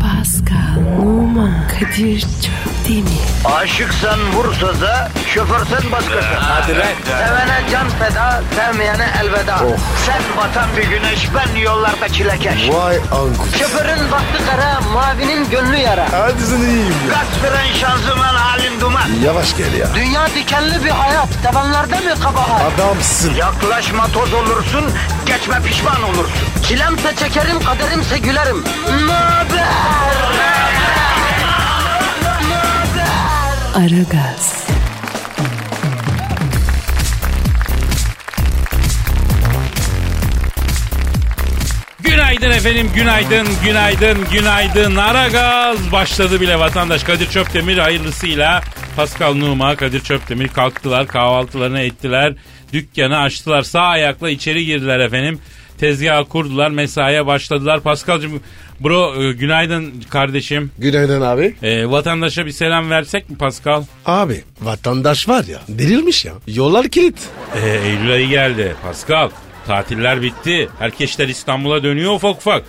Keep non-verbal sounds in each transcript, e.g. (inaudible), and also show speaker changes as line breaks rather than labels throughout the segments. Pascal, Oman, Kadir çok değil mi?
Aşıksan vursa da şoförsen başkasın.
Hadi lan. Oh.
Sevene can feda, sevmeyene elveda. Sen batan bir güneş, ben yollarda çilekeş.
Vay anku.
Şoförün baktı kara, mavinin gönlü yara.
Hadi sen iyiyim ya.
Kasperen şanzıman halin duman.
Yavaş gel ya.
Dünya dikenli bir hayat, sevenlerde mi kabahar?
Adamsın.
Yaklaşma toz olursun, geçme pişman olursun. Çilemse çekerim, kaderimse gülerim. Möber!
Aragaz,
Günaydın efendim, günaydın, günaydın, günaydın. Ara gaz başladı bile vatandaş. Kadir Çöptemir hayırlısıyla Pascal Numa, Kadir Çöptemir kalktılar, kahvaltılarını ettiler, dükkanı açtılar, sağ ayakla içeri girdiler efendim. Tezgah kurdular, mesaiye başladılar. Pascal'cığım, bro e, günaydın kardeşim.
Günaydın abi.
E, vatandaşa bir selam versek mi Pascal?
Abi vatandaş var ya delirmiş ya. Yollar kilit.
E, Eylül ayı geldi Pascal. Tatiller bitti. Herkesler İstanbul'a dönüyor ufak ufak.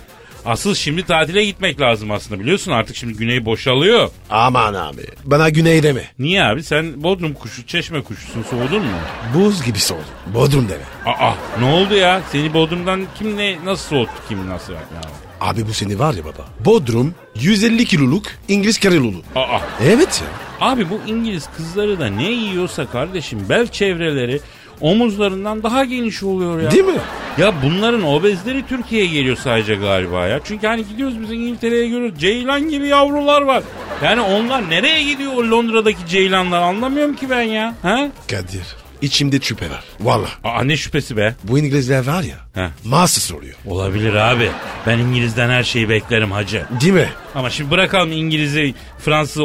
Asıl şimdi tatile gitmek lazım aslında biliyorsun artık şimdi güney boşalıyor.
Aman abi. Bana güney deme.
Niye abi sen Bodrum kuşu, Çeşme kuşusun soğudun mu?
Buz gibi soğuk. Bodrum deme.
Aa ne oldu ya? Seni Bodrum'dan kim ne nasıl soğuttu kim nasıl yaptı ya?
Abi bu seni var ya baba. Bodrum 150 kiloluk İngiliz karelulu.
Aa
Evet ya.
abi bu İngiliz kızları da ne yiyorsa kardeşim bel çevreleri omuzlarından daha geniş oluyor ya.
Değil mi?
Ya bunların obezleri Türkiye'ye geliyor sadece galiba ya. Çünkü hani gidiyoruz biz İngiltere'ye görüyoruz. Ceylan gibi yavrular var. Yani onlar nereye gidiyor o Londra'daki ceylanlar anlamıyorum ki ben ya. Ha?
Kadir içimde şüphe var. Valla.
Aa ne şüphesi be.
Bu İngilizler var ya.
He.
Mahsus oluyor.
Olabilir abi. Ben İngiliz'den her şeyi beklerim hacı.
Değil mi?
Ama şimdi bırakalım İngiliz'i, Fransız,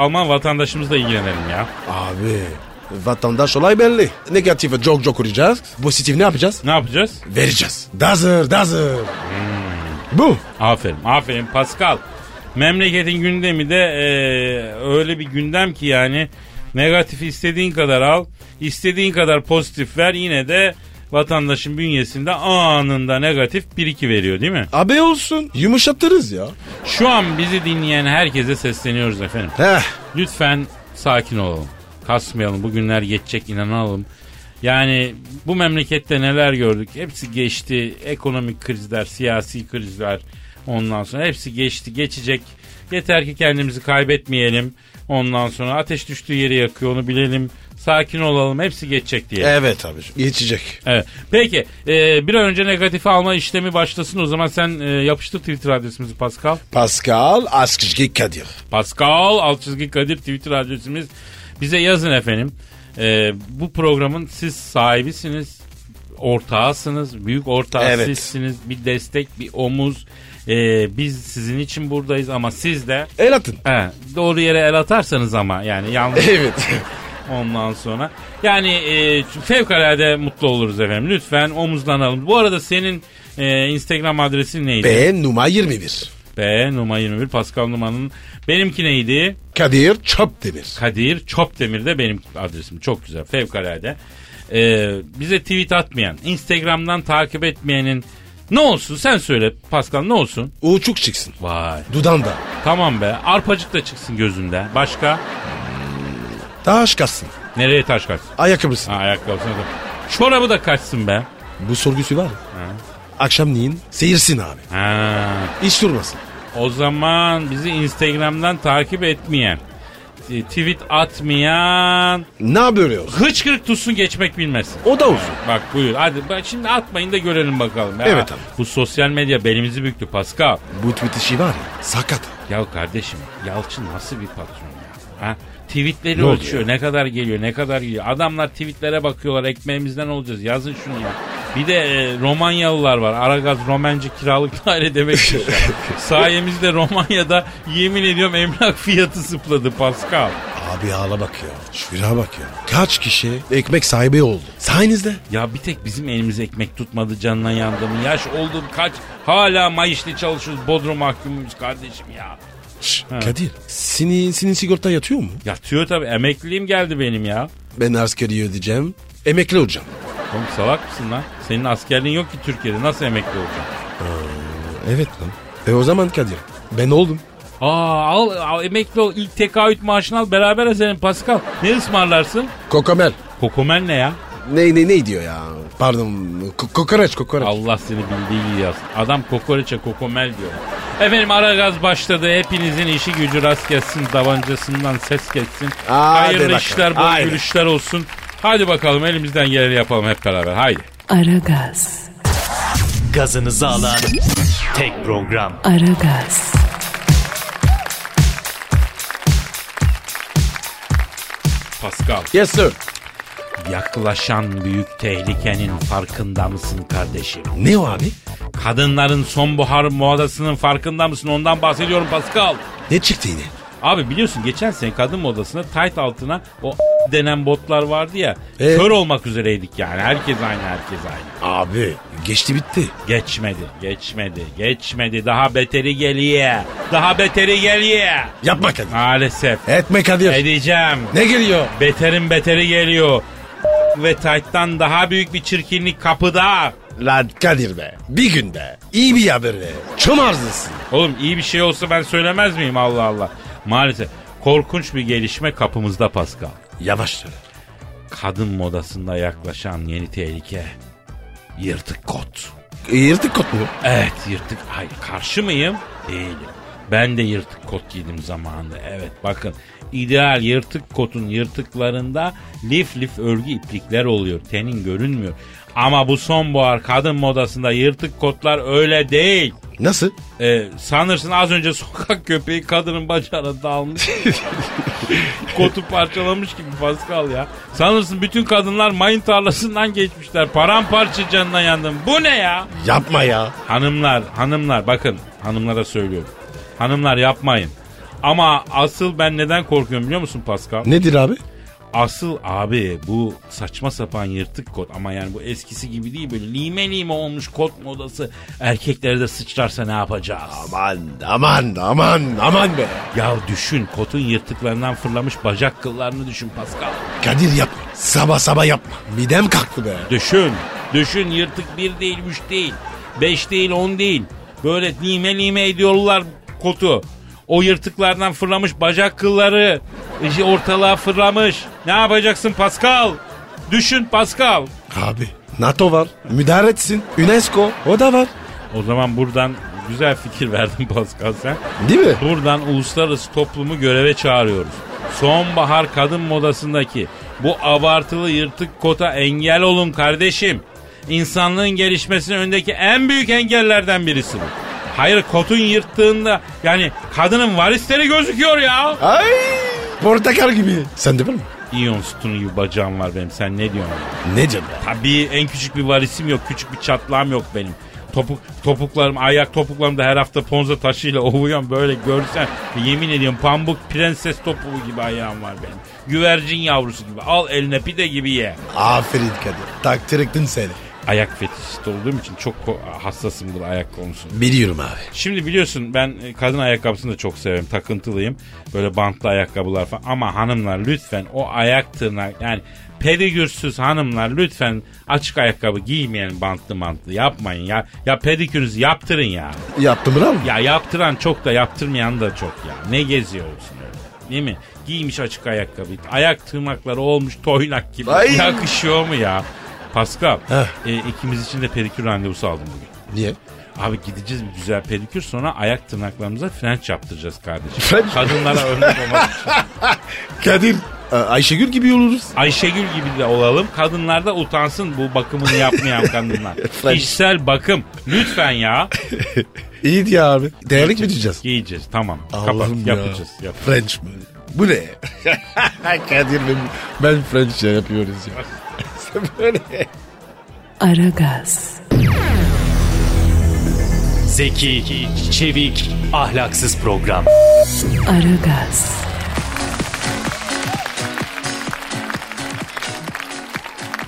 Alman vatandaşımızla ilgilenelim ya.
Abi vatandaş olay belli. Negatifi çok çok kuracağız. Pozitif ne yapacağız?
Ne yapacağız?
Vereceğiz. Dazır dazır. Bu.
Aferin, aferin Pascal. Memleketin gündemi de eee, öyle bir gündem ki yani negatif istediğin kadar al, istediğin kadar pozitif ver yine de vatandaşın bünyesinde anında negatif 1-2 veriyor değil mi?
Abi olsun. Yumuşatırız ya.
Şu an bizi dinleyen herkese sesleniyoruz efendim.
Heh.
Lütfen sakin olalım. Kasmayalım. Bugünler geçecek inanalım. Yani bu memlekette neler gördük? Hepsi geçti. Ekonomik krizler, siyasi krizler. Ondan sonra hepsi geçti, geçecek. Yeter ki kendimizi kaybetmeyelim. Ondan sonra ateş düştüğü yeri yakıyor onu bilelim. Sakin olalım. Hepsi geçecek diye. Evet.
Evet abi. Geçecek.
Peki e, bir an önce negatifi alma işlemi başlasın. O zaman sen e, yapıştır Twitter adresimizi Pascal.
Pascal Askışki Kadir.
Pascal alt çizgi Kadir Twitter adresimiz. Bize yazın efendim. Ee, bu programın siz sahibisiniz, ortağısınız, büyük ortağı
Evet.
sizsiniz. Bir destek, bir omuz. Ee, biz sizin için buradayız ama siz de
El atın.
he, doğru yere el atarsanız ama yani
(laughs)
yanlış
Evet.
ondan sonra. Yani e, fevkalade mutlu oluruz efendim. Lütfen omuzlanalım. Bu arada senin e, Instagram adresin neydi?
B numara 21.
B Numa 21 Pascal Numa'nın. Benimki neydi?
Kadir Çöpdemir.
Kadir Çopdemir de benim adresim. Çok güzel. Fevkalade. Ee, bize tweet atmayan, Instagram'dan takip etmeyenin ne olsun sen söyle Pascal ne olsun?
Uçuk çıksın.
Vay.
Dudanda.
Tamam be. Arpacık da çıksın gözünde. Başka?
Taş kassın.
Nereye taş kaçsın?
Ayakkabısın.
Ha ayakkabısına da. Çorabı da kaçsın be.
Bu sorgusu var ya. Akşamleyin seyirsin abi.
Ha.
Hiç durmasın.
O zaman bizi Instagram'dan takip etmeyen, e, tweet atmayan,
Ne yapıyoruz?
hıçkırık tutsun geçmek bilmesin.
O da olsun.
Bak buyur. Hadi bak şimdi atmayın da görelim bakalım. Ya,
Evet abi.
Bu sosyal medya belimizi büktü Pascal.
Bu tweet işi var ya. Sakat.
Ya kardeşim Yalçın nasıl bir patron ya? Ha? Tweetleri
Ne oluyor?
ölçüyor. Ne kadar geliyor ne kadar geliyor. Adamlar tweetlere bakıyorlar ekmeğimizden olacağız. Yazın şunu ya. Bir de e, Romanyalılar var. Aragaz Romenci kiralık daire demektir.
(laughs)
ya. Sayemizde Romanya'da yemin ediyorum emlak fiyatı zıpladı Pascal.
Abi ağla bak ya. Şuraya bak ya. Kaç kişi ekmek sahibi oldu? Sayenizde.
Ya bir tek bizim elimiz ekmek tutmadı canına yandım. Yaş oldum kaç hala Mayış'ta çalışıyoruz. Bodrum mahkumuyuz kardeşim ya.
Şş, Kadir. Senin, senin sigorta yatıyor mu?
Yatıyor tabii emekliliğim geldi benim ya.
Ben askeri ödeyeceğim. Emekli olacağım.
Oğlum salak mısın lan? Senin askerliğin yok ki Türkiye'de nasıl emekli olacaksın?
Evet lan. E o zaman Kadir. Ben oldum.
Aa al, al emekli ol ilk tekaüt maaşını al beraber ezelim Pascal. Ne ısmarlarsın?
Kokomel.
Kokomen ne ya?
Ne ne ne diyor ya? Pardon. ko- kokoreç kokoreç.
Allah seni bildiği gibi yazsın. Adam kokoreçe kokomel diyor. Efendim ara gaz başladı. Hepinizin işi gücü rast gelsin. Davancasından ses geçsin.
Hadi
Hayırlı
bakalım.
işler, bol
Haydi.
gülüşler olsun. Hadi bakalım elimizden geleni yapalım hep beraber. Haydi.
Aragaz,
Gazınızı alan tek program.
Aragaz,
Pascal.
Yes sir.
Yaklaşan büyük tehlikenin farkında mısın kardeşim?
Ne o abi?
Kadınların sonbahar modasının farkında mısın? Ondan bahsediyorum Pascal.
Ne çıktı yine?
Abi biliyorsun geçen sene kadın modasında tight altına o (laughs) denen botlar vardı ya.
Ee?
Kör olmak üzereydik yani. Herkes aynı herkes aynı.
Abi geçti bitti.
Geçmedi, geçmedi, geçmedi. Daha beteri geliyor. Daha beteri geliyor.
Yapma Kadir.
Maalesef.
Etme Kadir.
Edeceğim.
ne geliyor?
Beterin beteri geliyor. Ve tight'tan daha büyük bir çirkinlik kapıda.
Lan Kadir be. Bir günde iyi bir haber ver. Çomarzısın.
Oğlum iyi bir şey olsa ben söylemez miyim Allah Allah. Maalesef korkunç bir gelişme kapımızda Pascal.
Yavaş söyle.
Kadın modasında yaklaşan yeni tehlike. Yırtık kot.
E, Yırtık kot mu?
Evet yırtık. Hayır karşı mıyım? Değilim. Ben de yırtık kot giydim zamanında. Evet bakın ideal yırtık kotun yırtıklarında lif lif örgü iplikler oluyor. Tenin görünmüyor. Ama bu sonbahar kadın modasında yırtık kotlar öyle değil.
Nasıl?
Ee, sanırsın az önce sokak köpeği kadının bacağına dalmış. Kotu parçalamış gibi Pascal ya. Sanırsın bütün kadınlar mayın tarlasından geçmişler. Paramparça canına yandım. Bu ne ya?
Yapma ya.
Hanımlar, hanımlar bakın hanımlara söylüyorum. Hanımlar yapmayın. Ama asıl ben neden korkuyorum biliyor musun Pascal?
Nedir abi?
Asıl abi bu saçma sapan yırtık kot ama yani bu eskisi gibi değil böyle lime lime olmuş kot modası. Erkeklerde sıçrarsa ne yapacağız?
Aman aman aman aman be.
Ya düşün kotun yırtıklarından fırlamış bacak kıllarını düşün Pascal.
Kadir yapma. Sabah sabah yapma. Midem kalktı be.
Düşün. Düşün yırtık bir değil üç değil. Beş değil on değil. Böyle lime lime ediyorlar kotu. O yırtıklardan fırlamış bacak kılları. işi ortalığa fırlamış. Ne yapacaksın Pascal? Düşün Pascal.
Abi NATO var. Müdahale etsin. UNESCO o da var.
O zaman buradan güzel fikir verdin Pascal sen.
Değil mi?
Buradan uluslararası toplumu göreve çağırıyoruz. Sonbahar kadın modasındaki bu abartılı yırtık kota engel olun kardeşim. İnsanlığın gelişmesinin öndeki en büyük engellerden birisi bu. Hayır kotun yırttığında yani kadının varisleri gözüküyor ya.
Ay portakal gibi. Sen de var mı?
İyon sütunu gibi bacağım var benim sen ne diyorsun?
Ne canım ya?
Tabii en küçük bir varisim yok küçük bir çatlağım yok benim. Topuk, topuklarım, ayak topuklarım da her hafta ponza taşıyla (laughs) ovuyorum böyle görsen. Yemin ediyorum pambuk prenses topuğu gibi ayağım var benim. Güvercin yavrusu gibi. Al eline pide gibi ye.
Aferin Kadir. Takdir ettin seni.
Ayak fetişist olduğum için çok ko- hassasımdır ayak konusunda.
Biliyorum abi.
Şimdi biliyorsun ben e, kadın ayakkabısını da çok severim. Takıntılıyım. Böyle bantlı ayakkabılar falan. Ama hanımlar lütfen o ayak tırnak yani pedikürsüz hanımlar lütfen açık ayakkabı giymeyen bantlı mantlı yapmayın ya. Ya pedikürünüzü yaptırın ya.
Yaptım lan.
Ya yaptıran çok da yaptırmayan da çok ya. Ne geziyor olsun öyle. Değil mi? Giymiş açık ayakkabı. Ayak tırnakları olmuş toynak gibi.
Ay.
Yakışıyor mu ya? Pascal,
Heh.
e, ikimiz için de pedikür randevusu aldım bugün.
Niye?
Abi gideceğiz bir güzel pedikür sonra ayak tırnaklarımıza french yaptıracağız kardeşim.
French?
Kadınlara örnek olmak için.
Kadir. A- Ayşegül gibi oluruz.
Ayşegül gibi de olalım. Kadınlar da utansın bu bakımını
(laughs)
yapmayan kadınlar.
French.
İşsel bakım. Lütfen ya.
İyi ya abi. Değerlik mi diyeceğiz?
Giyeceğiz tamam. Kapat,
Allah'ım ya.
yapacağız. Yap.
French mi? Bu ne? (laughs) Kadir ben, ben French şey yapıyoruz ya. Sen böyle.
Aragaz,
Zeki, çevik, ahlaksız program.
Aragaz,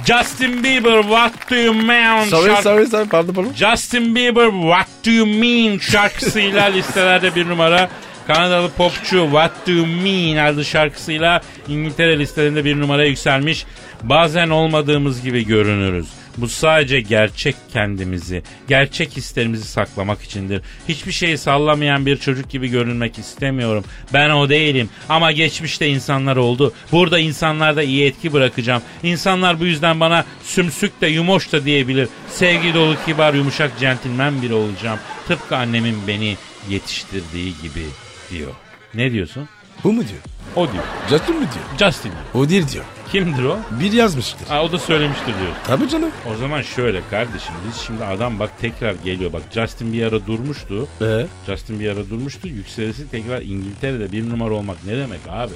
Justin Bieber what do you mean?
Sorry
şarkı-
sorry sorry pardon pardon.
Justin Bieber What Do You Mean şarkısıyla listelerde bir numara. Kanadalı popçu What Do You Mean adlı şarkısıyla İngiltere listelerinde bir numara yükselmiş. Bazen olmadığımız gibi görünürüz. Bu sadece gerçek kendimizi, gerçek hislerimizi saklamak içindir. Hiçbir şeyi sallamayan bir çocuk gibi görünmek istemiyorum. Ben o değilim ama geçmişte insanlar oldu. Burada insanlarda iyi etki bırakacağım. İnsanlar bu yüzden bana sümsük de yumoş da diyebilir. Sevgi dolu, kibar, yumuşak, centilmen biri olacağım. Tıpkı annemin beni yetiştirdiği gibi diyor. Ne diyorsun?
Bu mu diyor?
O diyor.
Justin mi diyor?
Justin diyor.
O değil diyor.
Kimdir o?
Bir yazmıştır.
Aa, o da söylemiştir diyor.
Tabii canım.
O zaman şöyle kardeşim biz şimdi adam bak tekrar geliyor bak Justin bir ara durmuştu.
Ee?
Justin bir ara durmuştu. Yükselisi tekrar İngiltere'de bir numara olmak ne demek abi?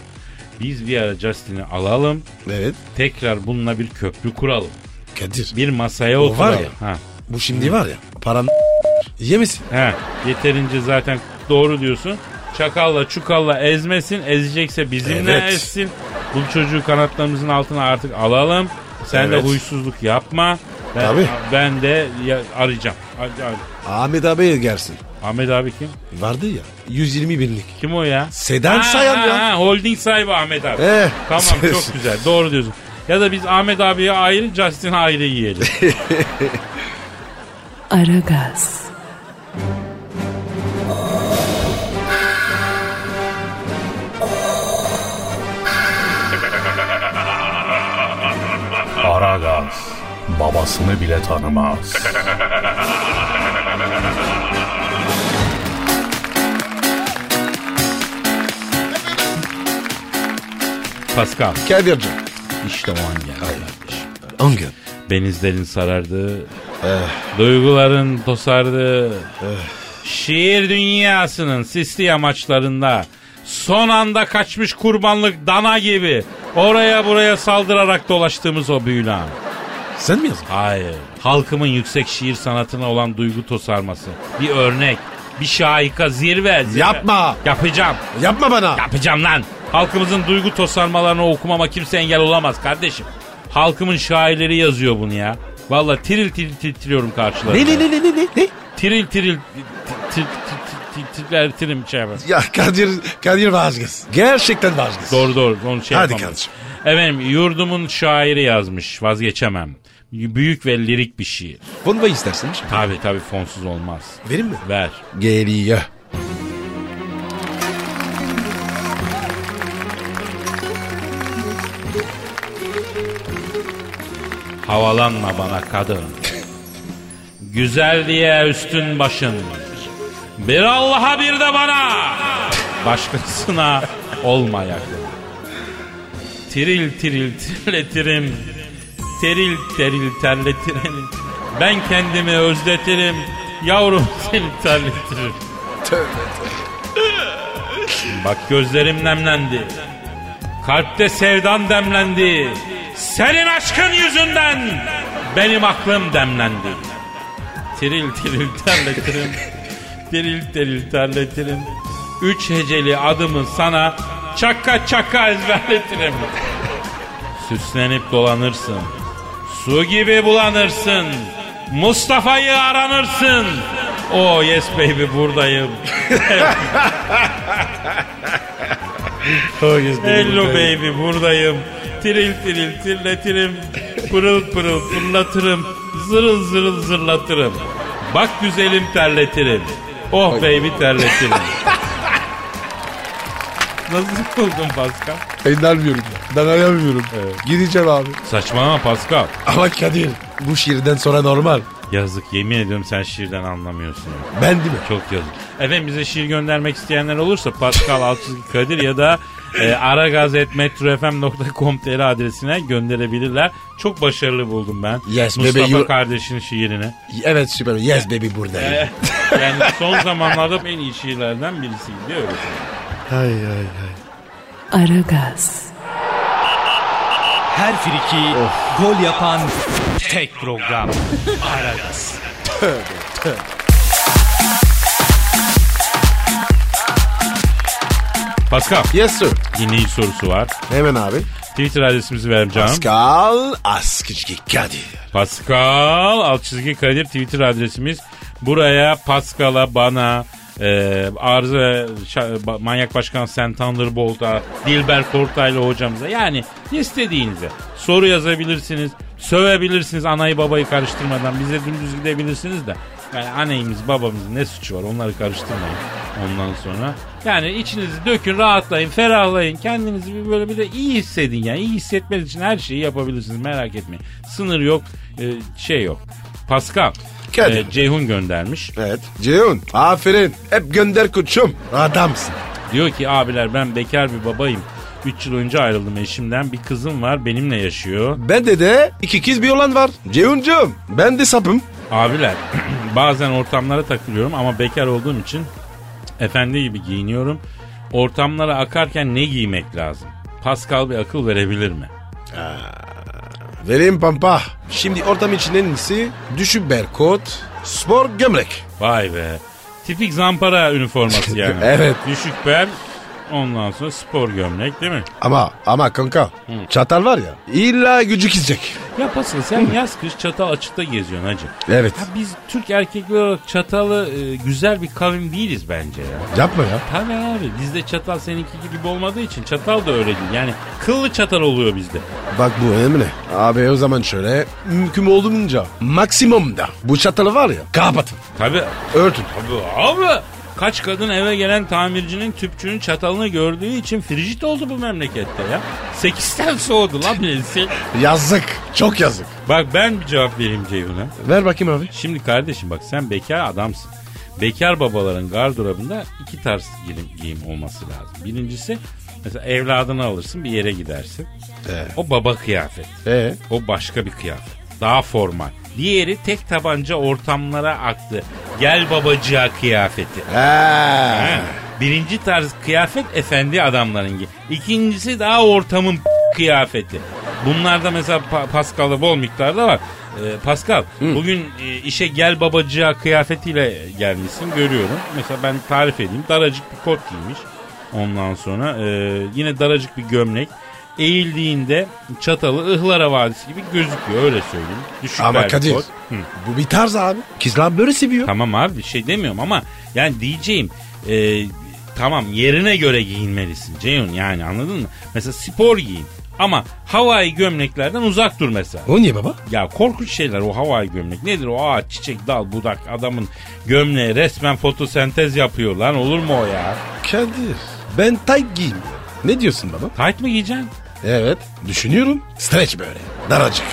Biz bir ara Justin'i alalım.
Evet.
Tekrar bununla bir köprü kuralım.
Kadir.
Bir masaya
O var
oturalım.
ya.
Ha.
Bu şimdi var ya. Paran (laughs) yemesin.
He, yeterince zaten doğru diyorsun. Çakalla çukalla ezmesin. Ezecekse bizimle
Evet.
ezsin. Bu çocuğu kanatlarımızın altına artık alalım. Sen
Evet.
de huysuzluk yapma. Ben,
Tabii.
ben de ya- arayacağım. Ar- ar-
Ahmet abi gelsin.
Ahmet abi kim?
Vardı ya. 120 binlik.
Kim o ya?
Sedan sayan ya.
ha, holding sahibi Ahmet abi.
Eh.
Tamam çok güzel doğru diyorsun. Ya da biz Ahmet abiye ayrı Justin ayrı yiyelim.
(laughs)
Aragaz,
Aragaz babasını bile tanımaz.
Pascal
Kadir'cim.
işte o an geldi kardeşim.
On gün.
Benizlerin sarardı.
Eh.
Duyguların tosardı. Şiir dünyasının sisli yamaçlarında son anda kaçmış kurbanlık dana gibi oraya buraya saldırarak dolaştığımız o büyülü an.
Sen mi yazdın?
Hayır. Halkımın yüksek şiir sanatına olan duygu tosarması. Bir örnek. Bir şahika zirve. zirve.
Yapma.
Yapacağım.
Yapma bana.
Yapacağım lan. Halkımızın duygu tosarmalarını okumama kimse engel olamaz kardeşim. Halkımın şairleri yazıyor bunu ya. Valla tiril tiril titriyorum karşılarında.
Ne ne ne ne ne ne? ne?
Tiril tiril ti- ti- ti- ti- titrer tirim şey yapar.
Ya Kadir, Kadir vazgeç. Gerçekten vazgeç.
Doğru doğru onu şey
Hadi
yapamam.
kardeşim.
Efendim yurdumun şairi yazmış vazgeçemem. Büyük ve lirik bir şiir.
Bunu da istersin.
Tabi tabi fonsuz olmaz.
Verin mi?
Ver.
Geliyor.
Havalanma bana kadın. Güzel diye üstün başın. Bir Allah'a bir de bana. Başkasına olma yakın. Tiril tiril titretirim. Teril teril terletirim. Ben kendimi özletirim. Yavrum seni terletirim. Bak gözlerim nemlendi. Kalpte sevdan demlendi. Senin aşkın yüzünden benim aklım demlendi. Tiril tiril terletirim. tiril tiril terletirim. Üç heceli adımı sana çaka çaka ezberletirim. Süslenip dolanırsın. Su gibi bulanırsın. Mustafa'yı aranırsın. O yes baby buradayım. Hello baby buradayım. Tiril tiril tirletirim. Pırıl pırıl fırlatırım. Zırıl zırıl zırlatırım. Bak güzelim terletirim. Oh baby terletirim. (laughs) Nasıl buldun Pascal?
İnanmıyorum. Ben ayamıyorum. Gideceğim abi.
Saçmalama Pascal.
Ama Kadir bu şiirden sonra normal.
Yazık yemin ediyorum sen şiirden anlamıyorsun. ya.
Ben değil mi?
Çok yazık. Efendim bize şiir göndermek isteyenler olursa Pascal Altçizgi Kadir ya da e, aragaz.metrofm.com.tr adresine gönderebilirler. Çok başarılı buldum ben.
Yes,
Mustafa
baby, you-
kardeşin şiirini.
Evet süper. Yes baby buradayım.
E, yani son zamanlarda en iyi şiirlerden birisiydi öyle.
Ay ay ay.
Aragaz,
Her friki gol yapan tek program. Aragaz.
Pascal
Yes sir.
dinleyici sorusu var.
Hemen abi.
Twitter adresimizi verelim canım.
Pascal Askışki Kadir.
Pascal alt çizgi Kadir Twitter adresimiz. Buraya Pascal'a bana Ee, Arıza şa- ba- Manyak Başkan Sen Thunderbolt'a, Dilber Kortaylı hocamıza. Yani istediğinize soru yazabilirsiniz, sövebilirsiniz anayı babayı karıştırmadan. Bize dümdüz gidebilirsiniz de. Yani anayımız babamızın ne suçu var onları karıştırmayın ondan sonra. Yani içinizi dökün, rahatlayın, ferahlayın. Kendinizi bir böyle bir de iyi hissedin yani. İyi hissetmeniz için her şeyi yapabilirsiniz merak etmeyin. Sınır yok, e, şey yok. Pascal,
Kadir.
e, Ceyhun göndermiş.
Evet. Ceyhun aferin. Hep gönder koçum. Adamsın.
Diyor ki abiler ben bekar bir babayım. 3 yıl önce ayrıldım eşimden. Bir kızım var benimle yaşıyor.
Bende de iki kız bir olan var. Ceyhun'cum ben de sapım.
Abiler (clears throat) bazen ortamlara takılıyorum ama bekar olduğum için efendi gibi giyiniyorum. Ortamlara akarken ne giymek lazım? Pascal bir akıl verebilir mi?
Vereyim pampa. Şimdi ortam için en iyisi düşük berkot, spor gömlek.
Vay be. Tipik zampara üniforması yani.
Evet.
Düşük bel. Ondan sonra spor gömlek değil mi?
Ama ama kanka çatal var ya illa gücü gidecek.
Ya Pascal sen yaz kış çatal açıkta geziyorsun hacı.
Evet.
Ha biz Türk erkekleri olarak çatalı e, güzel bir kavim değiliz bence ya.
Yapma ya.
Tabii abi bizde çatal seninki gibi olmadığı için çatal da öyle değil. Yani kıllı çatal oluyor bizde.
Bak bu önemli. Abi o zaman şöyle mümkün olduğunca maksimumda bu çatalı var ya kapatın.
Tabii
Örtün.
Abi, abi kaç kadın eve gelen tamircinin tüpçünün çatalını gördüğü için frijit oldu bu memlekette ya. Sekizden soğudu lan birisi.
Yazık. Çok yazık.
Bak ben bir cevap vereyim Ceyhun'a.
Ver bakayım abi.
Şimdi kardeşim bak sen bekar adamsın. Bekar babaların gardırobunda iki tarz giyim, giyim olması lazım. Birincisi mesela evladını alırsın bir yere gidersin. O baba kıyafet.
Ee?
O başka bir kıyafet. Daha formal. Diğeri tek tabanca ortamlara aktı. Gel babacığa kıyafeti. Ha. Birinci tarz kıyafet efendi adamların gibi. İkincisi daha ortamın kıyafeti. Bunlarda mesela pa- Pascal'da bol miktarda var. Ee, Pascal bugün e, işe gel babacığa kıyafetiyle gelmişsin görüyorum. Mesela ben tarif edeyim. Daracık bir kot giymiş. Ondan sonra e, yine daracık bir gömlek. Eğildiğinde çatalı ıhlara vadisi gibi gözüküyor öyle söyleyeyim. Düşük
Ama
bel
Kadir
kot. Hı.
bu bir tarz abi. Kızlar böyle seviyor.
Tamam abi bir şey demiyorum ama yani diyeceğim e, tamam yerine göre giyinmelisin Ceyhun yani anladın mı? Mesela spor giyin ama havai gömleklerden uzak dur mesela.
O niye baba?
Ya korkunç şeyler o havai gömlek. Nedir o ağaç, çiçek, dal, budak adamın gömleği resmen fotosentez yapıyor lan olur mu o ya?
Kadir ben tayt giyeyim. Ne diyorsun baba?
Tayt mı giyeceksin?
Evet. Düşünüyorum. Streç böyle. Daracık.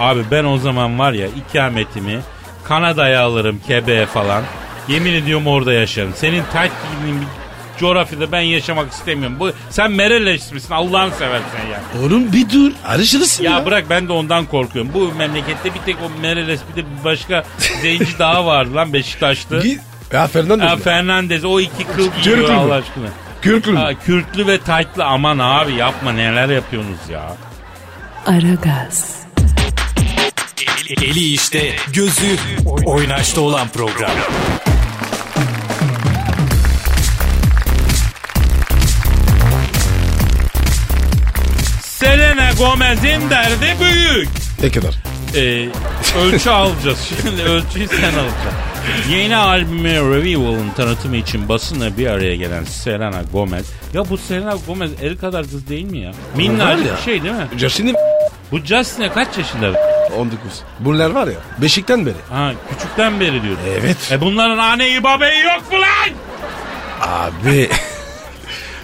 Abi ben o zaman var ya ikametimi Kanada'ya alırım kebeğe falan. Yemin ediyorum orada yaşarım. Senin tayt giydiğin bir coğrafyada ben yaşamak istemiyorum. Bu, sen mereleşmişsin Allah'ını seversen ya.
Oğlum bir dur. Arışırsın
Ya bırak ben de ondan korkuyorum. Bu memlekette bir tek o Mereles bir de bir başka zenci daha vardı lan Beşiktaşlı.
Gi- ya Fernando.
Ha, Fernandez o iki kıl giyiyor
Kürtlü mü?
Allah aşkına.
Kürklü mü?
Ha, Kürtlü ve taytlı aman abi yapma neler yapıyorsunuz ya.
Aragaz,
Eli işte, gözü oynaşta olan program.
Selena Gomez'in derdi büyük.
Ne kadar?
Ee, ölçü alacağız. Şimdi ölçüyü sen alacaksın. Yeni albümü Revival'ın tanıtımı için basınla bir araya gelen Selena Gomez. Ya bu Selena Gomez el kadar kız değil mi ya? Minnacık
ya.
bir şey değil mi?
Justin'in
Bu Justin'e kaç yaşında?
19. Bunlar var ya. Beşikten beri.
Ha küçükten beri diyor.
Evet.
E bunların anneyi babayı yok mu lan?
Abi.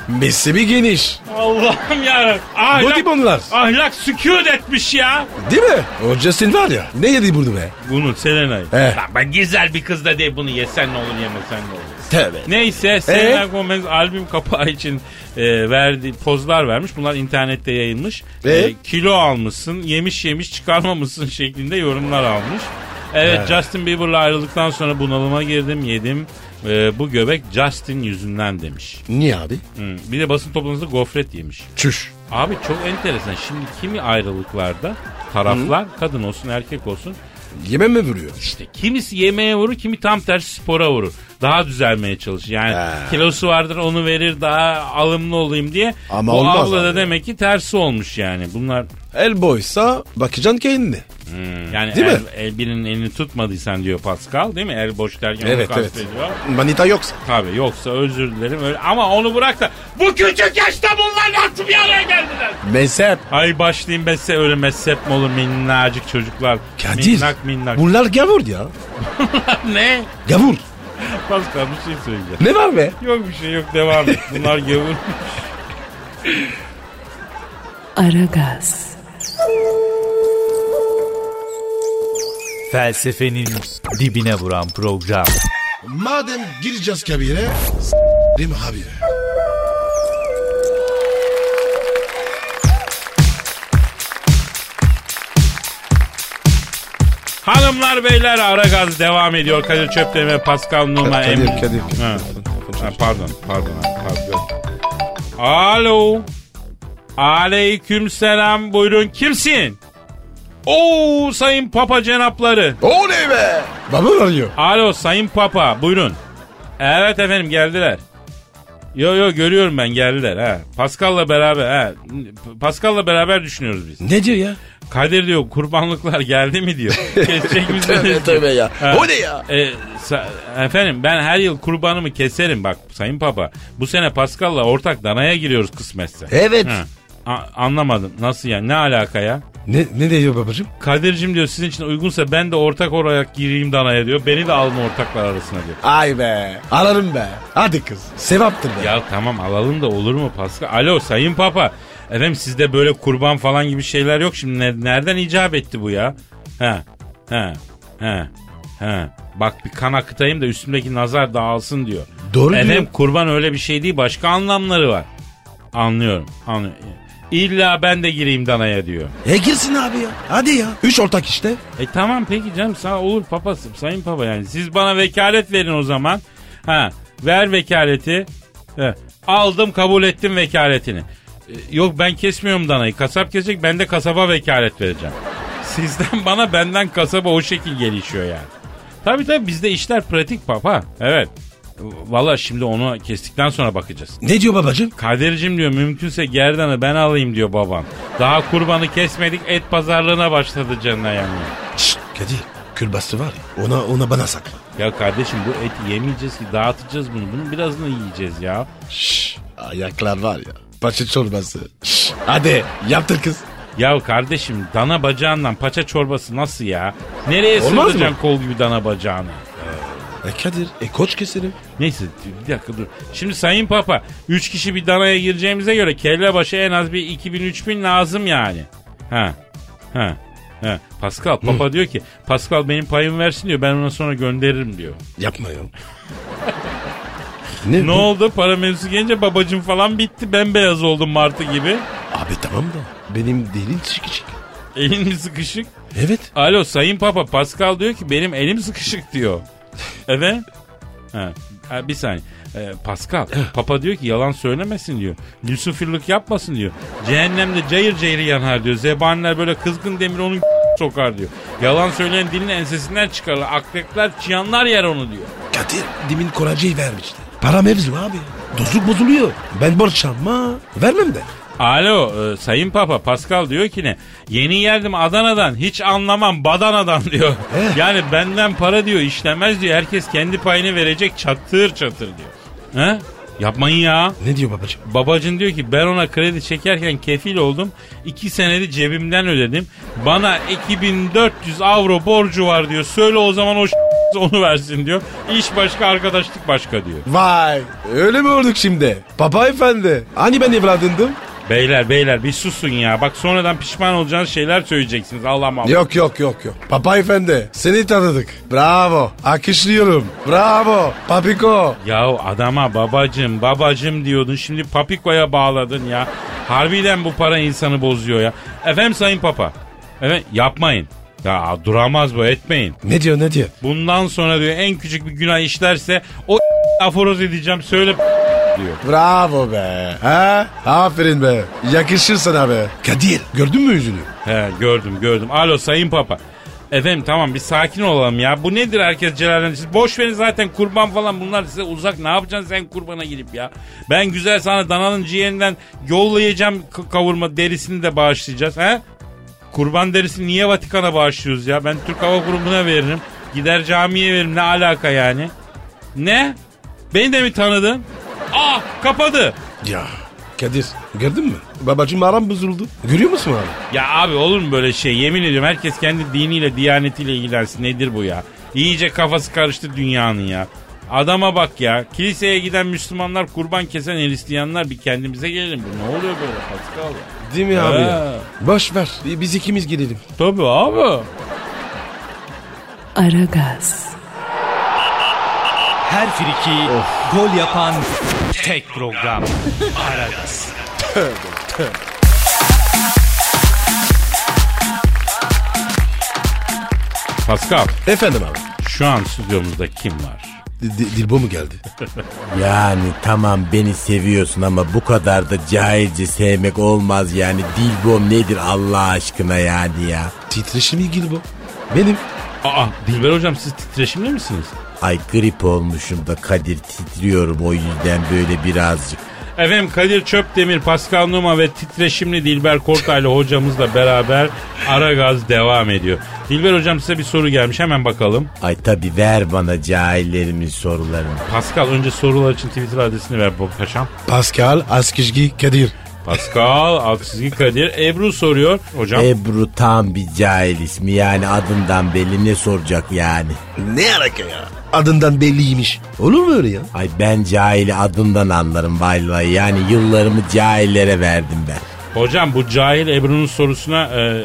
(laughs) Mezhebi geniş.
Allah'ım ya. Ahlak,
Bu tip onlar.
ahlak sükut etmiş ya.
Değil mi? O Justin var ya. Ne yedi bunu be?
Bunu Selena'yı.
He.
Lan ben güzel bir kız da değil bunu yesen ne olur yemesen ne olur.
Tövbe. Ee?
Neyse Selena Gomez albüm kapağı için e, verdiği pozlar vermiş. Bunlar internette yayılmış. E,
Ve?
kilo almışsın, yemiş yemiş çıkarmamışsın (laughs) şeklinde yorumlar almış.
Ee?
Evet Justin Bieber'la ayrıldıktan sonra bunalıma girdim, yedim. E, bu göbek Justin yüzünden demiş.
Niye abi?
Hı. Bir de basın toplantısında gofret yemiş.
Çüş.
Abi çok enteresan. Şimdi kimi ayrılıklarda taraflar kadın olsun erkek olsun
Yemem mi vuruyor?
işte kimisi yemeğe vurur kimi tam tersi spora vurur. daha düzelmeye çalışır. Yani kilosu vardır onu verir daha alımlı olayım diye.
Ama
Bu
olmaz
abla da
abi.
demek ki tersi olmuş yani. Bunlar
El boysa bakacaksın kendine.
yani
Değil
el,
mi?
el- birinin elini tutmadıysan diyor Pascal değil mi? El boş derken
Evet,
onu
evet.
kastediyor.
Manita yoksa.
Tabii yoksa özür dilerim öyle. Ama onu bırak da bu küçük yaşta bunlar nasıl bir araya geldiler?
Mezhep.
Ay başlayayım ben size öyle mezhep mi olur minnacık çocuklar.
Kadir.
Minnak minnak.
Bunlar gavur ya.
ne?
Gavur.
Pascal bir şey söyleyeceğim.
Ne var be?
Yok bir şey yok devam et. Bunlar gavur.
Aragaz,
Felsefenin dibine vuran program.
Madem gireceğiz kabire. Değil mi abi?
Hanımlar beyler ara gaz devam ediyor. Kadir Çöpleri ve Pascal Numa.
Kadir,
Emre-
Kadir.
Ha. Ha, pardon pardon abi, pardon. Alo. Aleyküm selam buyurun kimsin? Oo sayın papa cenapları.
Oley be. Babam arıyor.
Alo Sayın Papa buyurun. Evet efendim geldiler. Yo yo görüyorum ben geldiler ha. Pascal'la beraber ha. Pascal'la beraber düşünüyoruz biz.
Ne diyor ya?
Kadir diyor kurbanlıklar geldi mi
(laughs)
diyor. Kesecek misiniz?
Tövbe tövbe ya.
Ha.
O ne ya?
E, sa- efendim ben her yıl kurbanımı keserim bak Sayın Papa. Bu sene Pascal'la ortak danaya giriyoruz kısmetse.
Evet.
Ha. A- anlamadım. Nasıl ya? Ne alaka ya?
Ne, ne diyor babacığım?
Kadir'cim diyor sizin için uygunsa ben de ortak olarak gireyim danaya diyor. Beni de alın ortaklar arasına diyor.
Ay be. Ararım be. Hadi kız. Sevaptır be.
Ya tamam alalım da olur mu Pascal? Alo Sayın Papa. Efendim sizde böyle kurban falan gibi şeyler yok şimdi. Ne- nereden icap etti bu ya? He. He. He. He. Bak bir kan akıtayım da üstümdeki nazar dağılsın diyor.
Doğru
Efendim
diyor.
kurban öyle bir şey değil başka anlamları var. Anlıyorum. Anlıyorum. İlla ben de gireyim danaya diyor.
E girsin abi ya. Hadi ya. Üç ortak işte.
E tamam peki canım sağ olur papasım sayın papa yani. Siz bana vekalet verin o zaman. Ha ver vekaleti. He, aldım kabul ettim vekaletini. E, yok ben kesmiyorum danayı. Kasap kesecek ben de kasaba vekalet vereceğim. Sizden bana benden kasaba o şekil gelişiyor yani. Tabii tabii bizde işler pratik papa. Evet. Valla şimdi onu kestikten sonra bakacağız.
Ne diyor babacığım?
Kadir'cim diyor mümkünse gerdanı ben alayım diyor babam. Daha kurbanı kesmedik et pazarlığına başladı canına yanıyor.
Şşt Kadir. Külbastı var ya. Ona, ona bana sakla.
Ya kardeşim bu eti yemeyeceğiz ki dağıtacağız bunu. Bunun birazını yiyeceğiz ya.
Şşş. Ayaklar var ya. Paça çorbası. Şşş. Hadi yaptır kız.
Ya kardeşim dana bacağından paça çorbası nasıl ya? Nereye
Olmaz mı?
sığdıracaksın kol gibi dana bacağını?
E Kadir. E koç keselim.
Neyse bir dakika dur. Şimdi Sayın Papa 3 kişi bir danaya gireceğimize göre kelle başı en az bir 2000-3000 lazım yani. Ha. Ha. Ha. Pascal Papa diyor ki Pascal benim payımı versin diyor ben ona sonra gönderirim diyor.
Yapma ya. (laughs) ne?
Ne oldu para mevzusu gelince babacım falan bitti bembeyaz oldum martı gibi.
Abi tamam da. Benim delin çiki çiki.
Elin mi sıkışık?
Evet.
Alo Sayın Papa Pascal diyor ki benim elim sıkışık diyor. Efendim? Ha, ha, bir saniye. Ee, Pascal Papa diyor ki yalan söylemesin diyor. Yusufirlik yapmasın diyor. Cehennemde cayır cayır yanar diyor. Zebaniler böyle kızgın demir onu (laughs) sokar diyor. Yalan söyleyen dilini ensesinden çıkarır. Akrepler çıyanlar yer onu diyor.
Kadir demin koracıyı vermişti. Para mevzu abi. Dostluk bozuluyor. Ben borç alma vermem de.
Alo e, Sayın Papa Pascal diyor ki ne? Yeni geldim Adana'dan hiç anlamam Badana'dan (laughs) diyor.
Eh.
yani benden para diyor işlemez diyor. Herkes kendi payını verecek çatır çatır diyor. He? Yapmayın ya.
Ne diyor babacığım?
Babacın diyor ki ben ona kredi çekerken kefil oldum. İki senedi cebimden ödedim. Bana 2400 avro borcu var diyor. Söyle o zaman o onu versin diyor. İş başka arkadaşlık başka diyor.
Vay öyle mi olduk şimdi? Papa efendi hani ben evladındım?
Beyler beyler bir susun ya. Bak sonradan pişman olacağınız şeyler söyleyeceksiniz. Allah muhafaza.
Yok yok yok yok. Papa efendi seni tanıdık. Bravo akışlıyorum. Bravo papiko.
Yahu adama babacım babacım diyordun şimdi papikoya bağladın ya. Harbiden bu para insanı bozuyor ya. Efendim sayın papa. Evet yapmayın. Ya duramaz bu etmeyin.
Ne diyor ne diyor?
Bundan sonra diyor en küçük bir günah işlerse o (laughs) aforoz edeceğim söyle diyor.
Bravo be. Ha? Aferin be. Yakışır sana be. Kadir gördün mü yüzünü?
He gördüm gördüm. Alo sayın papa. Efendim tamam bir sakin olalım ya. Bu nedir herkes celallendi? Siz boş verin zaten kurban falan bunlar size uzak. Ne yapacaksın sen kurbana girip ya? Ben güzel sana dananın ciğerinden yollayacağım k- kavurma derisini de bağışlayacağız. He? Kurban derisini niye Vatikan'a bağışlıyoruz ya? Ben Türk Hava Kurumu'na veririm. Gider camiye veririm ne alaka yani? Ne? Beni de mi tanıdın? Ah kapadı.
Ya Kadir gördün mü? Babacım aram bozuldu. Görüyor musun abi?
Ya abi olur mu böyle şey? Yemin ediyorum herkes kendi diniyle, diyanetiyle ilgilensin. Nedir bu ya? İyice kafası karıştı dünyanın ya. Adama bak ya. Kiliseye giden Müslümanlar, kurban kesen Hristiyanlar bir kendimize gelelim. Bu ne oluyor böyle Pascal ya?
Değil mi abi ya? Boş ver. bi- Biz ikimiz gidelim.
Tabii abi.
Aragaz,
Her friki gol yapan tek program.
Pascal,
Efendim abi.
şu an stüdyomuzda kim var?
D- D- Dilbo mu geldi?
Yani tamam beni seviyorsun ama bu kadar da cahilce sevmek olmaz yani. Dilbom nedir Allah aşkına yani ya.
Titreşimi Dilbo. Benim.
Aa, Dilber hocam siz titreşimli misiniz?
Ay grip olmuşum da Kadir titriyorum o yüzden böyle birazcık.
Efendim Kadir Çöpdemir, Pascal Numa ve titreşimli Dilber Kortaylı hocamızla beraber Ara Gaz devam ediyor. Dilber hocam size bir soru gelmiş hemen bakalım.
Ay tabi ver bana cahillerimin sorularını.
Pascal önce sorular için Twitter adresini ver Bob Paşam.
Pascal Askizgi Kadir.
Pascal Aksizgi Kadir Ebru soruyor. Hocam
Ebru tam bir cahil ismi yani adından belli ne soracak yani.
Ne alaka ya? Adından belliymiş. Olur mu öyle ya?
Ay ben cahili adından anlarım vallahi yani yıllarımı cahillere verdim ben.
hocam bu cahil Ebru'nun sorusuna e,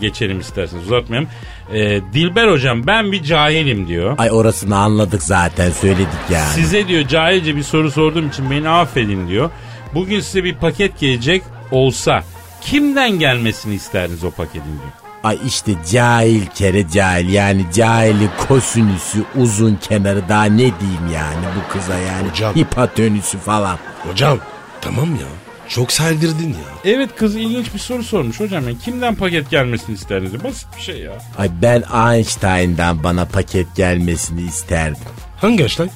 geçelim isterseniz uzatmayalım. E, Dilber hocam ben bir cahilim diyor.
Ay orasını anladık zaten söyledik yani.
Size diyor cahilce bir soru sorduğum için beni affedin diyor. Bugün size bir paket gelecek olsa kimden gelmesini isterdiniz o paketin diyor.
Ay işte cahil kere cahil yani cahili kosinüsü uzun kenarı daha ne diyeyim yani bu kıza yani
Hocam.
hipotenüsü falan.
Hocam tamam ya. Çok saydirdin ya.
Evet kız ilginç bir soru sormuş hocam. Yani kimden paket gelmesini isterdiniz? diyor. Basit bir şey ya.
Ay ben Einstein'dan bana paket gelmesini isterdim.
Hangi açtay?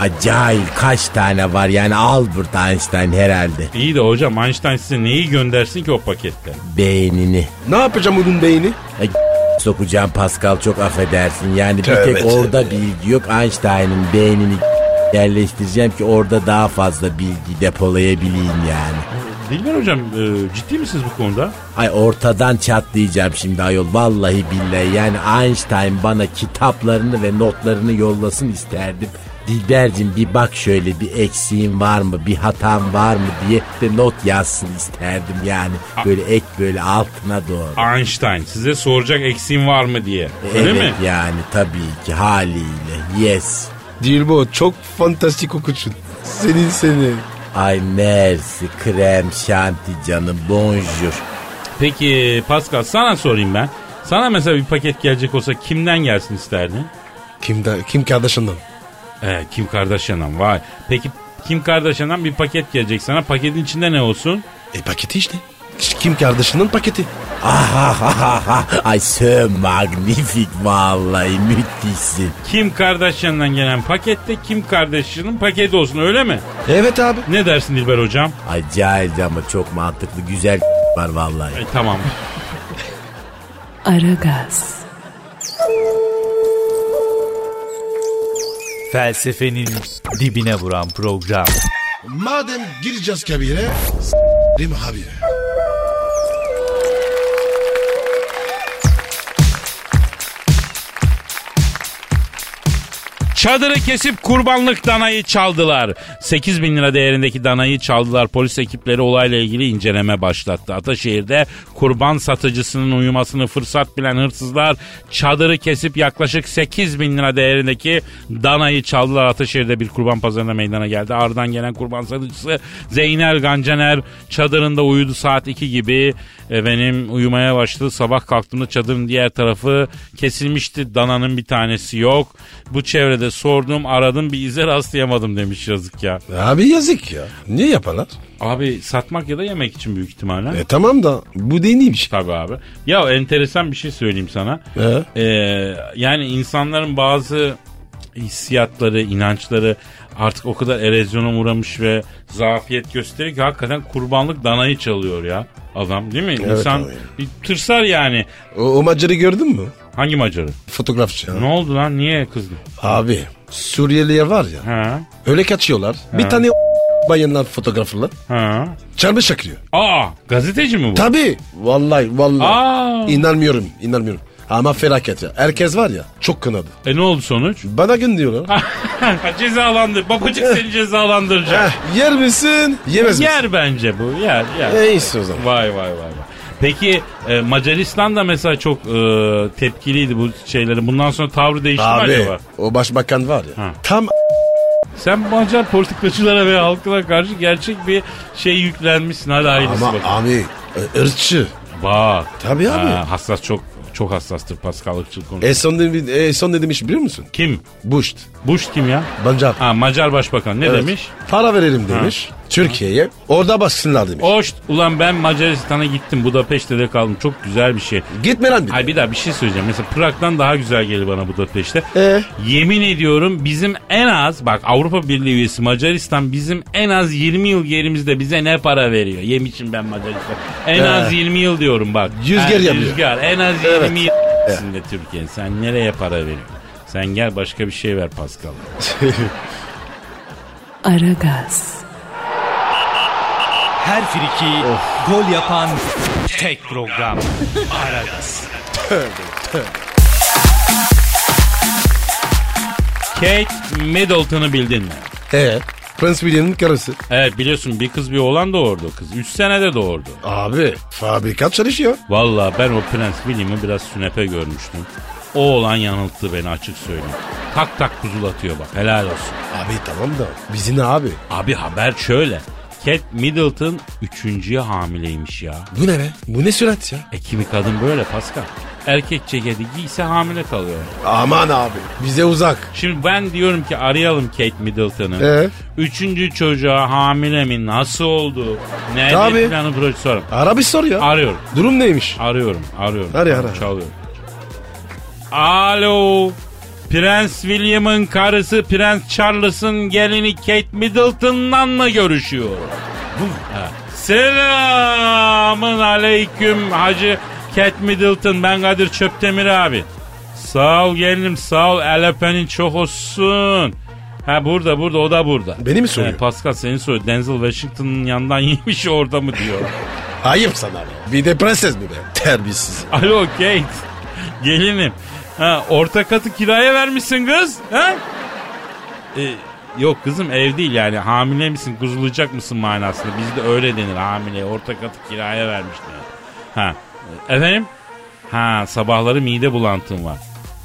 Ay cahil kaç tane var yani Albert Einstein herhalde
İyi de hocam Einstein size neyi göndersin ki o pakette?
beynini.
Ne yapacağım onun beyni?
Ay (laughs) sokacağım Pascal çok affedersin yani bir
Tövbe,
tek orada
tövbe.
bilgi yok Einstein'ın beynini (laughs) yerleştireceğim ki orada daha fazla bilgi depolayabileyim yani.
Dilber hocam e, ciddi misiniz bu konuda?
Ay ortadan çatlayacağım şimdi ayol. Vallahi billahi yani Einstein bana kitaplarını ve notlarını yollasın isterdim. Dilbercim bir bak şöyle bir eksiğim var mı bir hatam var mı diye de not yazsın isterdim yani. Böyle ek böyle altına doğru.
Einstein size soracak eksiğin var mı diye. Öyle
evet
mi?
yani tabii ki haliyle yes.
Dilbo çok fantastik okuçun. Senin seni.
Ay merci krem şanti canım bonjour.
Peki Pascal sana sorayım ben. Sana mesela bir paket gelecek olsa kimden gelsin isterdin?
Kimden? Kim kardeşinden?
Ee, Kim Kardashian'dan vay. Peki Kim Kardashian'dan bir paket gelecek sana. Paketin içinde ne olsun?
E paketi işte. İşte Kim kardeşinin paketi.
Ah, Ay sö magnifik vallahi müthişsin.
Kim Kardashian'dan gelen pakette Kim Kardashian'ın paketi olsun öyle mi?
Evet abi.
Ne dersin Dilber hocam?
Ay cahilce ama çok mantıklı güzel (laughs) var vallahi.
E, tamam.
Aragaz,
Felsefenin dibine vuran program.
Madem gireceğiz kabire. Değil mi abi?
Çadırı kesip kurbanlık danayı çaldılar. 8 bin lira değerindeki danayı çaldılar. Polis ekipleri olayla ilgili inceleme başlattı. Ataşehir'de kurban satıcısının uyumasını fırsat bilen hırsızlar çadırı kesip yaklaşık 8 bin lira değerindeki danayı çaldılar. Ataşehir'de bir kurban pazarında meydana geldi. Ardından gelen kurban satıcısı Zeynel Gancaner çadırında uyudu saat 2 gibi. Efendim uyumaya başladı. Sabah kalktığımda çadırın diğer tarafı kesilmişti. Dananın bir tanesi yok. Bu çevrede sordum aradım bir ize rastlayamadım demiş yazık ya.
Abi yazık ya. Niye yaparlar?
Abi satmak ya da yemek için büyük ihtimalle.
E tamam da bu şey. deneymiş.
Tabii abi. Ya enteresan bir şey söyleyeyim sana.
Ee?
Ee, yani insanların bazı hissiyatları, inançları artık o kadar erozyona uğramış ve zafiyet gösteriyor ki hakikaten kurbanlık danayı çalıyor ya adam değil mi? İnsan
abi.
bir tırsar yani.
O, o macarı gördün mü?
Hangi macarı?
Fotoğrafçı.
Ne oldu lan? Niye kızdın?
Abi Suriyeliler var ya.
Ha?
Öyle kaçıyorlar. Bir tane (laughs) bayanlar fotoğrafla.
Ha?
Çarmı çakıyor.
Aa, gazeteci mi bu?
Tabii. Vallahi vallahi.
Aa.
İnanmıyorum inanmıyorum. Ama felaket ya. Herkes var ya çok kınadı.
E ne oldu
(laughs)
sonuç?
Bana gün diyorlar.
Cezalandır. Babacık seni cezalandıracak.
Heh, yer misin? Yemez misin?
yer bence bu. Yer, yer.
E, iyisi o zaman.
Vay vay vay. vay. Peki e, Macaristan da mesela çok e, tepkiliydi bu şeylere. Bundan sonra tavrı değişti mi
Abi
acaba?
o başbakan var ya.
Ha.
Tam
Sen Macar politikacılara ve halkına karşı gerçek bir şey yüklenmişsin. Hadi hayırlısı
ama
bakalım.
abi ı- ırkçı.
Bak.
Tabii abi. E-
Ha, hassas çok çok hassastır Pascal Irkçılık konusunda.
En son, ne- en son ne demiş biliyor musun?
kim?
Bush.
Bush kim ya?
Bancar.
Ha Macar Başbakan ne
Evet.
demiş?
Para verelim demiş. Türkiye'ye. Orada baksınlar demiş.
Oşt ulan ben Macaristan'a gittim Budapeşte'de kaldım çok güzel bir şey.
Gitme lan bir.
Ay bir daha bir şey söyleyeceğim. Mesela Prag'dan daha güzel gelir bana Budapeşte.
Ee?
Yemin ediyorum bizim en az bak Avrupa Birliği üyesi Macaristan bizim en az 20 yıl gerimizde bize ne para veriyor? Yemişim ben Macaristan. En
Ee.
az 20 yıl diyorum bak.
Rüzgar
Yani
yapıyor.
Rüzgar en az 20
Evet.
yıl içinde Türkiye. Sen nereye para veriyorsun? Sen gel başka bir şey ver Pascal.
Aragaz,
Her friki gol yapan tek program. Aragaz.
Kate Middleton'ı bildin mi?
Ee, Prens William'ın karısı.
Evet biliyorsun bir kız bir oğlan doğurdu kız. 3 senede doğurdu.
Abi fabrika çalışıyor.
Valla ben o Prens William'ı biraz sünepe görmüştüm. O olan yanılttı beni açık söyleyeyim. Tak tak kuzulatıyor bak helal olsun.
Abi tamam da bizi ne abi?
Abi haber şöyle. Kate Middleton üçüncüye hamileymiş ya.
Bu ne be? Bu ne sürat ya?
E kimi kadın böyle Pascal. Erkek ceketi giyse hamile kalıyor.
Aman abi bize uzak.
Şimdi ben diyorum ki arayalım Kate Middleton'ı.
Ee?
Üçüncü çocuğa hamile mi? Nasıl oldu? Ne
Tabii.
planı proje soralım.
Ara bir sor ya.
Arıyorum.
Durum neymiş?
Arıyorum, arıyorum.
Hadi, hadi.
Çalıyorum. Alo. Prens William'ın karısı Prens Charles'ın gelini Kate Middleton'la mı görüşüyor? Bu mu? Ha. Selamın aleyküm Hacı Kate Middleton. Ben Kadir Çöptemir abi. Sağ ol gelinim sağ ol. El öpenin çok olsun. Ha burada burada o da burada.
Beni mi soruyor?
Ha, Pascal seni soruyor. Denzel Washington'ın yandan (laughs) yemiş orada mı diyor.
Ayıp sana be. Bir de prenses mi be? Terbiyesiz.
(laughs) Alo Kate. Gelinim. Ha, orta katı kiraya vermişsin kız. Ha? Ee, yok kızım ev değil yani hamile misin kuzulayacak mısın manasında. Bizde öyle denir hamile orta katı kiraya vermişler. Ha. e, Efendim? Ha sabahları mide bulantın var.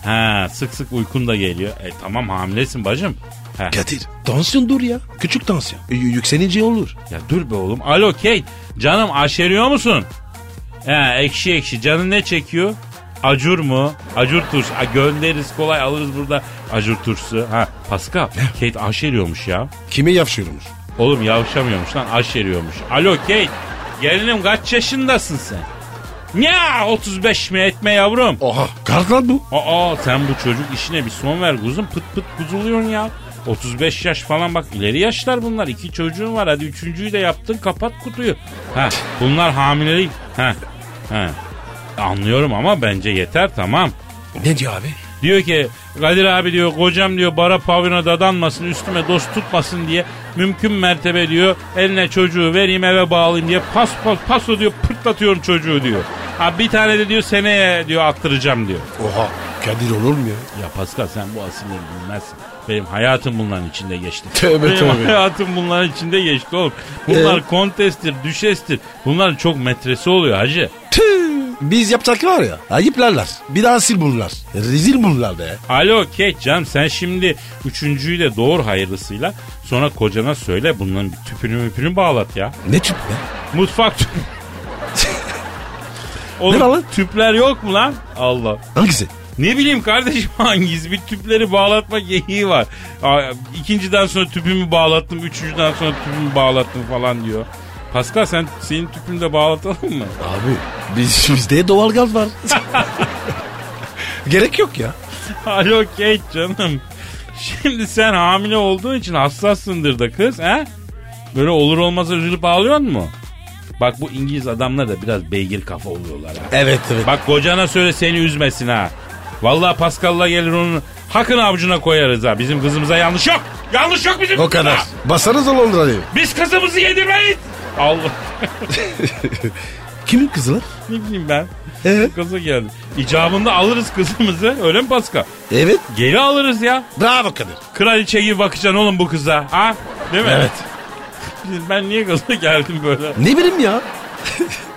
Ha sık sık uykun da geliyor. E tamam hamilesin bacım. Ha.
Kadir tansiyon dur ya. Küçük tansiyon. Y- yükselince olur.
Ya dur be oğlum. Alo Kate. Canım aşeriyor musun? He ekşi ekşi. Canın ne çekiyor? Acur mu? Acur turşu. Ha, göndeririz kolay alırız burada acur turşusu. Ha Pascal. Kate aşeriyormuş ya.
Kime yavşıyormuş?
Oğlum yavşamıyormuş lan aşeriyormuş. Alo Kate. Gelinim kaç yaşındasın sen? Ya 35 mi etme yavrum?
Oha. Kart lan bu.
Aa sen bu çocuk işine bir son ver kuzum. Pıt pıt kuzuluyorsun ya. 35 yaş falan bak ileri yaşlar bunlar. İki çocuğun var hadi üçüncüyü de yaptın kapat kutuyu. Ha bunlar hamile değil. Ha. Ha. Anlıyorum ama bence yeter tamam.
Ne diyor abi?
Diyor ki Kadir abi diyor kocam diyor bara pavyona dadanmasın üstüme dost tutmasın diye mümkün mertebe diyor eline çocuğu vereyim eve bağlayayım diye pas pas paso diyor pırtlatıyorum çocuğu diyor. Ha bir tane de diyor seneye diyor attıracağım diyor.
Oha. Kadir olur mu ya?
Ya Pascal sen bu asilleri bilmezsin. Benim hayatım bunların içinde geçti.
Tövbe
Benim
tövbe.
hayatım bunların içinde geçti oğlum. Bunlar kontestir, düşestir. Bunların çok metresi oluyor hacı.
Tüh. Biz yapacak var ya. Ayıplarlar. Bir daha sil bunlar. Rezil bunlar be.
Alo Kate canım sen şimdi üçüncüyü de doğur hayırlısıyla. Sonra kocana söyle bunların bir tüpünü müpünü bağlat ya.
Ne tüp be? (laughs)
Mutfak tüpü. Oğlum
Ne lan?
tüpler yok mu lan? Allah.
Hangisi?
Ne bileyim kardeşim (laughs) hangisi? Bir tüpleri bağlatma geyiği var. Aa, İkinciden sonra tüpümü bağlattım, üçüncüden sonra tüpümü bağlattım falan diyor. Pascal sen senin tüpünü de bağlatalım mı? (laughs)
Abi biz, bizde doğalgaz (laughs) var. Gerek yok ya.
Alo Kate canım. Şimdi sen hamile olduğun için hassassındır da kız he? Böyle olur olmaz üzülüp ağlıyor mu? Bak bu İngiliz adamlar da biraz beygir kafa oluyorlar ha.
Evet evet.
E Bak kocana söyle seni üzmesin ha. Vallahi Pascal'la gelir onun hakkını avucuna koyarız ha. Bizim kızımıza yanlış yok. Yanlış yok bizim
O
kızımıza.
kadar. Basarız ol olur abi.
Biz kızımızı yedirmeyiz. Allah (laughs)
Kimin kızı lan?
ne bileyim ben.
Evet.
Kızı geldi. İcabında alırız kızımızı. Öyle mi Pascal?
Evet.
Geri alırız ya.
Bravo Kadir.
Kraliçe gibi bakacaksın oğlum bu kıza. Ha? Değil mi? (laughs) Ben niye gaza geldim böyle?
Ne bileyim ya.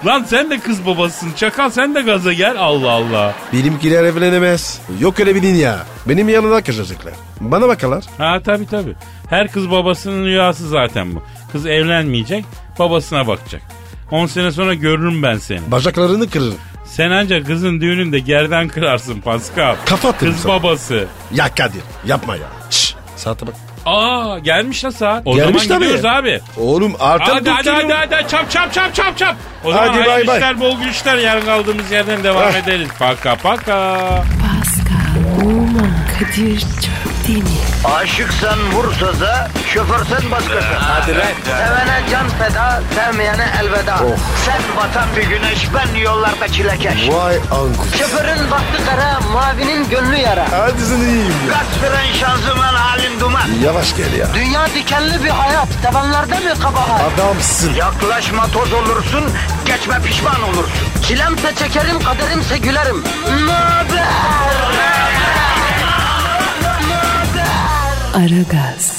Lan sen de kız babasısın. Çakal sen de gaza gel. Allah Allah.
Benimkiler evlenemez. Yok öyle bir dünya. Benim yanına kaçacaklar. Bana bakalar.
Ha tabii tabii. Her kız babasının rüyası zaten bu. Kız evlenmeyecek, babasına bakacak. 10 sene sonra görürüm ben seni.
Bacaklarını kırırım.
Sen ancak kızın düğününde gerden kırarsın Pascal.
Kafa atırım
Kız
sana.
babası.
Ya Kadir yapma ya. Şşş. Saate bak.
Aa gelmiş la saat. O
Gelmiş
zaman
tabii.
gidiyoruz abi.
Oğlum artık
Hadi hadi, hadi hadi hadi çap çap çap çap çap. O zaman
Hadi, bay,
hayırlı
bay.
işler bol güçler yarın kaldığımız yerden devam
Ah.
ederiz. Paka paka.
Pascal, Oman, Kadir çok değil mi?
Aşıksan vursa da, şoförsen başkasın. Hadi
lan.
Sevene can feda, sevmeyene elveda. Sen batan bir güneş, ben yollarda çilekeş.
Vay anku.
Şoförün baktı kara, mavinin gönlü yara.
Hadi sen iyiyim ya.
Kasperen şanzıman halin duman.
Yavaş gel ya.
Dünya dikenli bir hayat, sevenlerde mi kabahar?
Adamsın.
Yaklaşma toz olursun, geçme pişman olursun. Çilemse çekerim, kaderimse gülerim. Möber!
Aragaz.